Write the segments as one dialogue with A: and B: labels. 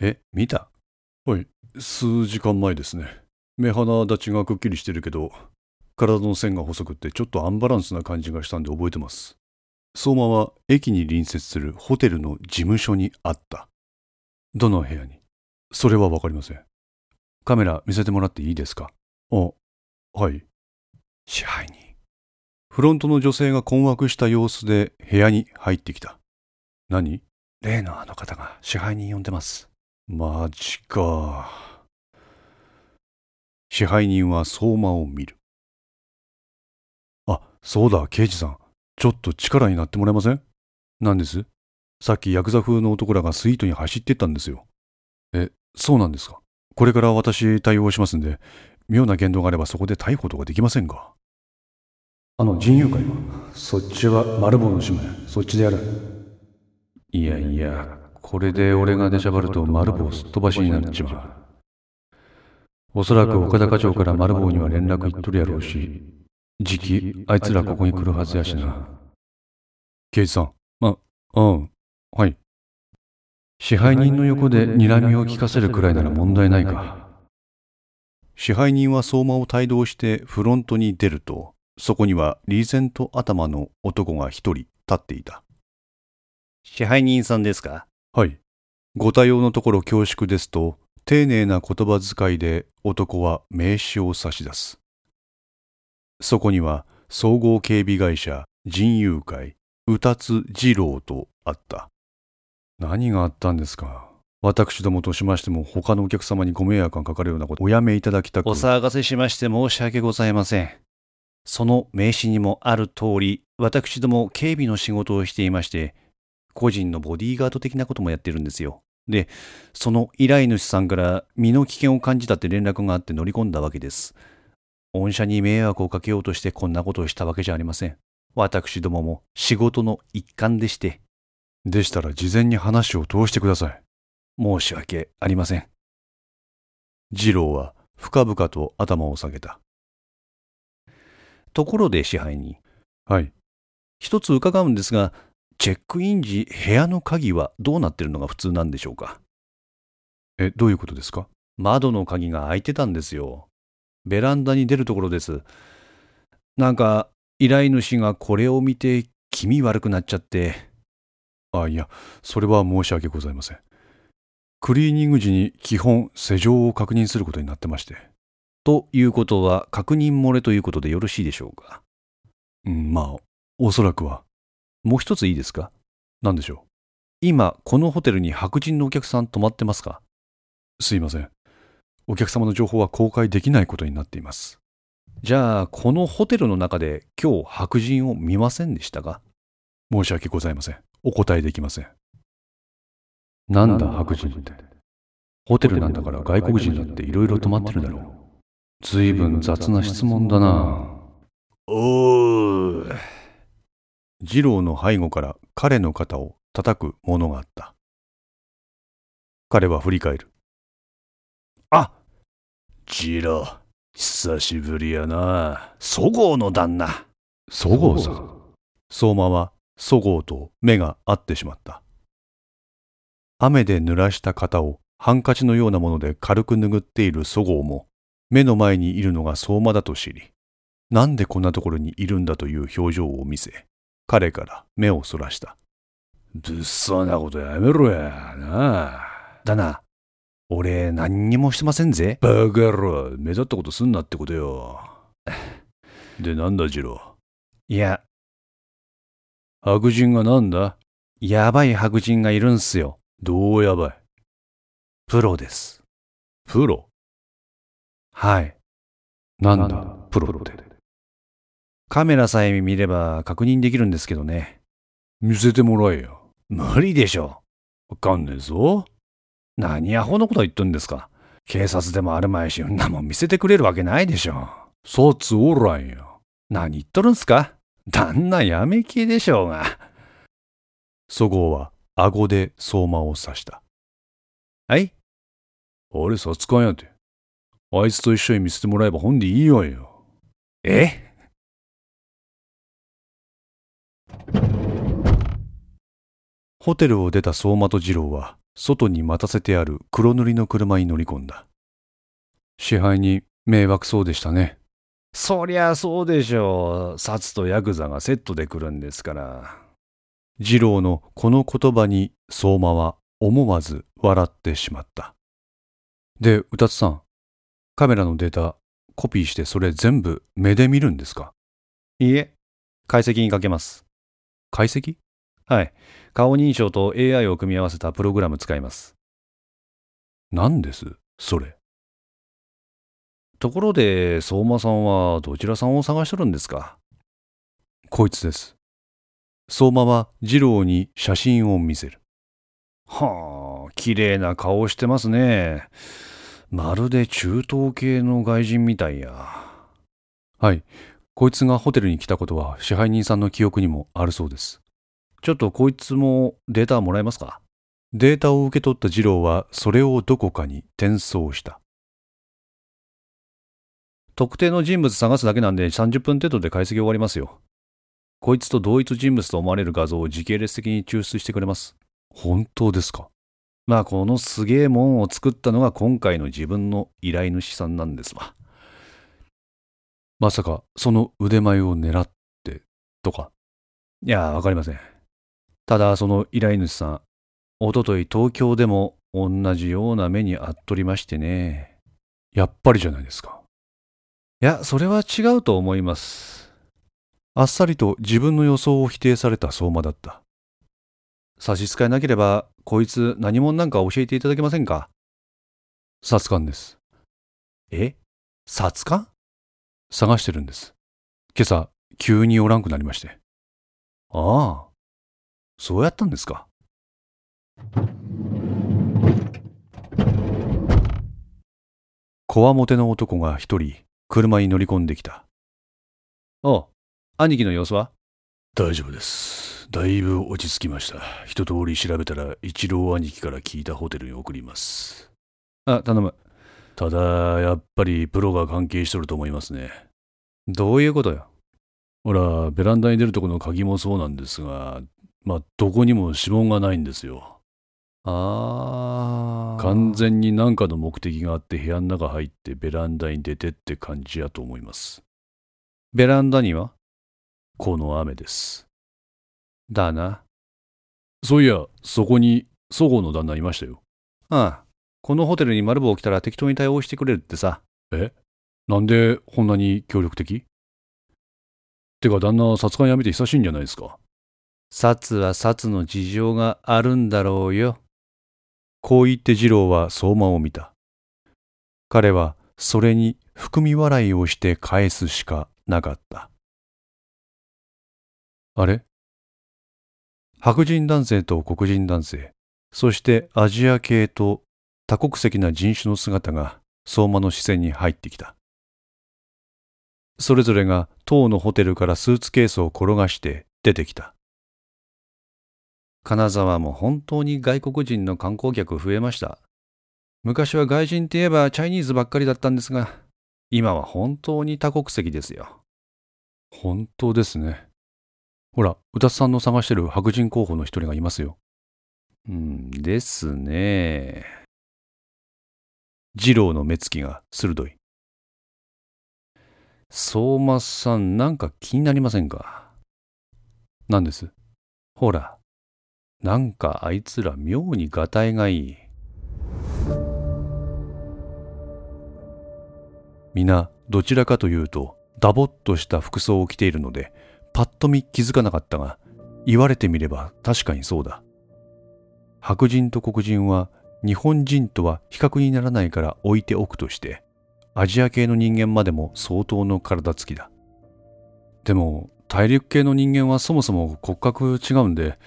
A: え、見た
B: はい、数時間前ですね。目鼻立ちがくっきりしてるけど、体の線が細くってちょっとアンバランスな感じがしたんで覚えてます。
A: 相馬は駅に隣接するホテルの事務所にあった。どの部屋に
B: それはわかりません。
A: カメラ見せてもらっていいですか
B: あ、はい。
A: 支配人。フロントの女性が困惑した様子で部屋に入ってきた。
B: 何
A: 例のあの方が支配人呼んでます。
B: マジか。
A: 支配人は相馬を見る。
B: あ、そうだ、刑事さん。ちょっと力になってもらえません
A: 何です
B: さっきヤクザ風の男らがスイートに走ってったんですよ。
A: そうなんですか
B: これから私対応しますんで、妙な言動があればそこで逮捕とかできませんか
C: あの人友会はそっちは丸棒の島やそっちでやる
A: いやいや、これで俺が出しゃばると丸棒すっ飛ばしになっちまう。おそらく岡田課長から丸棒には連絡いっとるやろうし、時期あいつらここに来るはずやしな。
B: 刑事さん。あ、うん。はい。
A: 支配人の横で睨みを聞かせるくらいなら問題ないか。支配人は相馬を帯同してフロントに出ると、そこにはリーゼント頭の男が一人立っていた。
D: 支配人さんですか
B: はい。
A: ご対応のところ恐縮ですと、丁寧な言葉遣いで男は名刺を差し出す。そこには、総合警備会社、人友会、宇達二郎とあった。
B: 何があったんですか私どもとしましても他のお客様にご迷惑がかかるようなことおやめいただきたく
D: お騒がせしまして申し訳ございません。その名刺にもある通り、私ども警備の仕事をしていまして、個人のボディーガード的なこともやってるんですよ。で、その依頼主さんから身の危険を感じたって連絡があって乗り込んだわけです。御社に迷惑をかけようとしてこんなことをしたわけじゃありません。私どもも仕事の一環でして、
B: でしたら事前に話を通してください。
D: 申し訳ありません。
A: 二郎は深々と頭を下げた。
D: ところで支配人、
B: はい。
D: 一つ伺うんですが、チェックイン時、部屋の鍵はどうなってるのが普通なんでしょうか
B: え、どういうことですか
D: 窓の鍵が開いてたんですよ。ベランダに出るところです。なんか、依頼主がこれを見て気味悪くなっちゃって、
B: あ、いや、それは申し訳ございません。クリーニング時に基本、施錠を確認することになってまして。
D: ということは確認漏れということでよろしいでしょうか
B: うん、まあ、おそらくは。
D: もう一ついいですか
B: 何でしょ
D: 今、このホテルに白人のお客さん泊まってますか
B: う。すいません。お客様の情報は公開できないことになっています。
D: じゃあ、このホテルの中で今日白人を見ませんでしたか
B: 申し訳ございません。お答えできません。
A: なんだ白人って。ホテルなんだから外国人だっていろいろ泊まってるだろう。ずいぶん雑な質問だな。
D: おー。
A: 二郎の背後から彼の肩を叩くものがあった。彼は振り返る。
D: あジロー、久しぶりやな。そごうの旦那。
A: そごうさん。相馬はそごうと目が合ってしまった。雨で濡らした肩をハンカチのようなもので軽く拭っているそごうも、目の前にいるのが相馬だと知り、なんでこんなところにいるんだという表情を見せ、彼から目をそらした。
D: 物騒なことやめろやなだな俺何にもしてませんぜ
A: バカ野郎、目立ったことすんなってことよ。で、なんだ、ジロ
D: いや
A: ー。白人がなんだ
D: やばい白人がいるんすよ
A: どうやばい。
D: プロです
A: プロ
D: はい
A: なんだ、プロって。
D: カメラさえ見れば確認できるんですけどね
A: 見せてもらえよ。
D: 無理でしょ
A: わかんねえぞ。
D: 何アホのこと言ってんですか警察でもあるまいしんなもん見せてくれるわけないでしょ
A: 札おらんよ。
D: 何言っとるんすか旦那やめきでしょうが
A: そごうは顎で相馬を刺した。
D: はい
A: あれ、札かんやて。あいつと一緒に見せてもらえば本でいいよよ。
D: え
E: ホテルを出た相馬と二郎は、外に待たせてある黒塗りの車に乗り込んだ。
F: 支配人、迷惑そうでしたね。
A: そりゃそうでしょう。札とヤクザがセットで来るんですから。
E: 二郎のこの言葉に相馬は思わず笑ってしまった。
F: で、宇達さん、カメラのデータ、コピーしてそれ全部目で見るんですか
A: いいえ、解析にかけます。
F: 解析
A: はい。顔認証と AI を組み合わせたプログラム使います。
F: 何ですそれ。
A: ところで、相馬さんはどちらさんを探しとるんですか
F: こいつです。
E: 相馬は二郎に写真を見せる。
A: はあ、綺麗な顔してますね。まるで中東系の外人みたいや。
F: はい。こいつがホテルに来たことは支配人さんの記憶にもあるそうです。
A: ちょっとこいつもデータもらえますか
E: データを受け取った二郎はそれをどこかに転送した。
A: 特定の人物探すだけなんで30分程度で解析終わりますよ。こいつと同一人物と思われる画像を時系列的に抽出してくれます。
F: 本当ですか
A: まあこのすげえもんを作ったのが今回の自分の依頼主さんなんですわ。
F: まさかその腕前を狙ってとか
A: いやわかりません。ただその依頼主さん、おととい東京でも同じような目にあっとりましてね。
F: やっぱりじゃないですか。
A: いや、それは違うと思います。
E: あっさりと自分の予想を否定された相馬だった。
A: 差し支えなければ、こいつ何者なんか教えていただけませんか
F: 殺官です。
A: え殺官
F: 探してるんです。今朝、急におらんくなりまして。
A: ああ、そうやったんですか。
E: こわもての男が一人、車に乗り込んできた。
A: おう、兄貴の様子は
G: 大丈夫です。だいぶ落ち着きました。一通り調べたら、一郎兄貴から聞いたホテルに送ります。
A: あ、頼む。
G: ただ、やっぱりプロが関係しとると思いますね。
A: どういうことよ。
G: ほら、ベランダに出るとこの鍵もそうなんですが、まあ、どこにも指紋がないんですよ。
A: あ
G: あ。完全に何かの目的があって部屋の中入ってベランダに出てって感じやと思います。
A: ベランダには
G: この雨です。
A: だな。
G: そういや、そこに、そごうの旦那いましたよ。
A: ああ、このホテルに丸棒来たら適当に対応してくれるってさ。
G: えなんで、こんなに協力的てか、旦那、殺害やめて久しいんじゃないですか。
A: 殺は殺の事情があるんだろうよ。
E: こう言って二郎は相馬を見た。彼は、それに含み笑いをして返すしかなかった。
F: あれ
E: 白人男性と黒人男性、そしてアジア系と多国籍な人種の姿が相馬の視線に入ってきた。それぞれが塔のホテルからスーツケースを転がして出てきた。
A: 金沢も本当に外国人の観光客増えました。昔は外人って言えばチャイニーズばっかりだったんですが、今は本当に多国籍ですよ。
F: 本当ですね。ほら、宇多さんの探してる白人候補の一人がいますよ。
A: うん、ですね。
E: 二郎の目つきが鋭い。
A: 相馬さん、なんか気になりませんか
F: 何です
A: ほら、なんかあいつら妙にがたいがいい。
E: 皆、どちらかというと、ダボっとした服装を着ているので、パッと見気づかなかったが言われてみれば確かにそうだ白人と黒人は日本人とは比較にならないから置いておくとしてアジア系の人間までも相当の体つきだ
F: でも大陸系の人間はそもそも骨格違うんで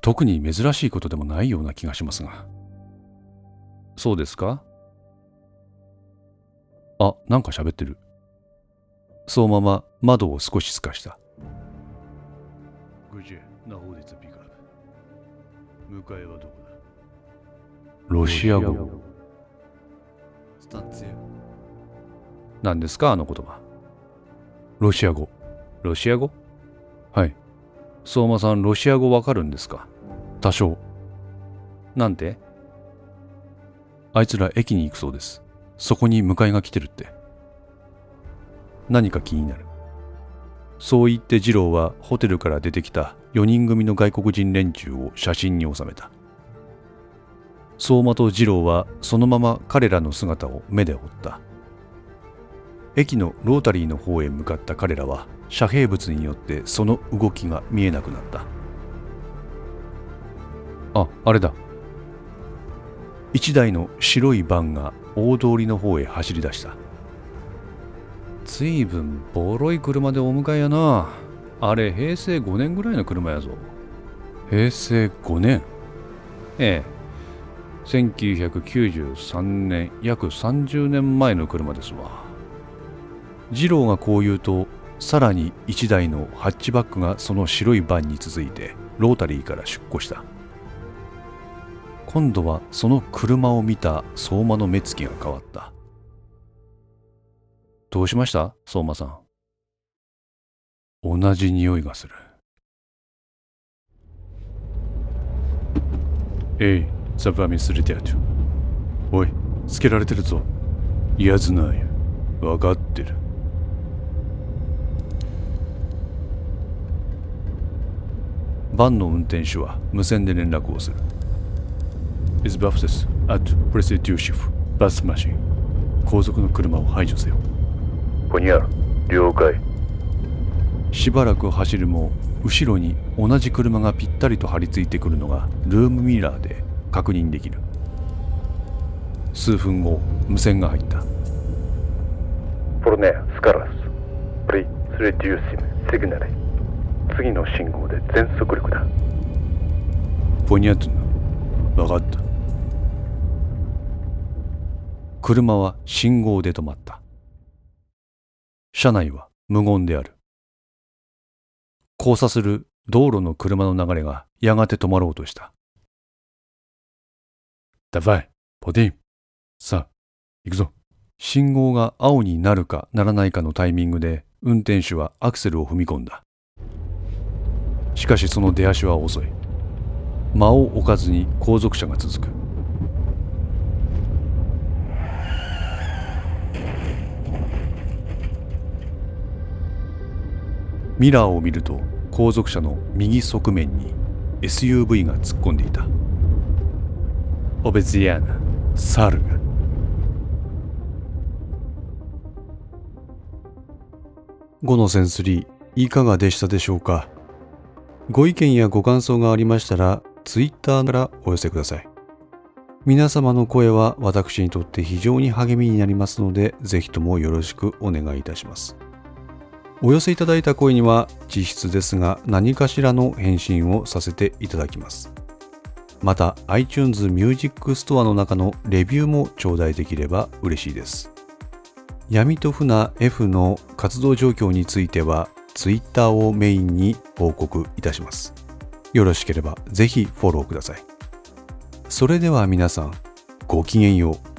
F: 特に珍しいことでもないような気がしますが
A: そうですか
F: あなんか喋ってる
E: そのまま窓を少し透かした
G: 向かいはどこだ
F: ロシア語
G: スタンツ
A: 何ですかあの言葉
F: ロシア語
A: ロシア語
F: はい
A: 相馬さんロシア語わかるんですか多少。
D: なんて
A: あいつら駅に行くそうです。そこに迎えが来てるって。何か気になる。そう言って二郎はホテルから出てきた4人組の外国人連中を写真に収めた。相馬と二郎はそのまま彼らの姿を目で追った。駅のロータリーの方へ向かった彼らは遮蔽物によってその動きが見えなくなった
D: ああれだ
A: 一台の白いバンが大通りの方へ走り出した
D: ずいぶんボロい車でお迎えやなあれ平成5年ぐらいの車やぞ
A: 平成5年
D: ええ1993年約30年前の車ですわ
A: 二郎がこう言うとさらに1台のハッチバックがその白いバンに続いてロータリーから出庫した今度はその車を見た相馬の目つきが変わった
D: どうしました相馬さん
A: 同じ匂いがする
H: えいサブアミスレティアトゥ
A: おいつけられてるぞ
H: やずない分かってる
A: バンの運転手は無線で連絡をする。
H: イバフセス、アット、プレセデューシフ、バスマシン。後続の車を排除せよ。
G: ホニャラ、了解。
A: しばらく走るも、後ろに同じ車がぴったりと張り付いてくるのがルームミラーで確認できる。数分後、無線が入った。
G: フォルネスカラス、プリ、スレデューシム、シグナル。次の信号で全速力だ
H: ポニャトゥナ分かった
A: 車は信号で止まった車内は無言である交差する道路の車の流れがやがて止まろうとした
H: ダバイポディンさあ行くぞ
A: 信号が青になるかならないかのタイミングで運転手はアクセルを踏み込んだしかしその出足は遅い間を置かずに後続車が続くミラーを見ると後続車の右側面に SUV が突っ込んでいた
H: オベツィアーナ猿が
A: 5のセンス3いかがでしたでしょうかご意見やご感想がありましたら、Twitter からお寄せください。皆様の声は私にとって非常に励みになりますので、ぜひともよろしくお願いいたします。お寄せいただいた声には、実質ですが何かしらの返信をさせていただきます。また、iTunes Music Store の中のレビューも頂戴できれば嬉しいです。闇と船 F の活動状況については、ツイッターをメインに報告いたします。よろしければぜひフォローください。それでは皆さん、ごきげんよう。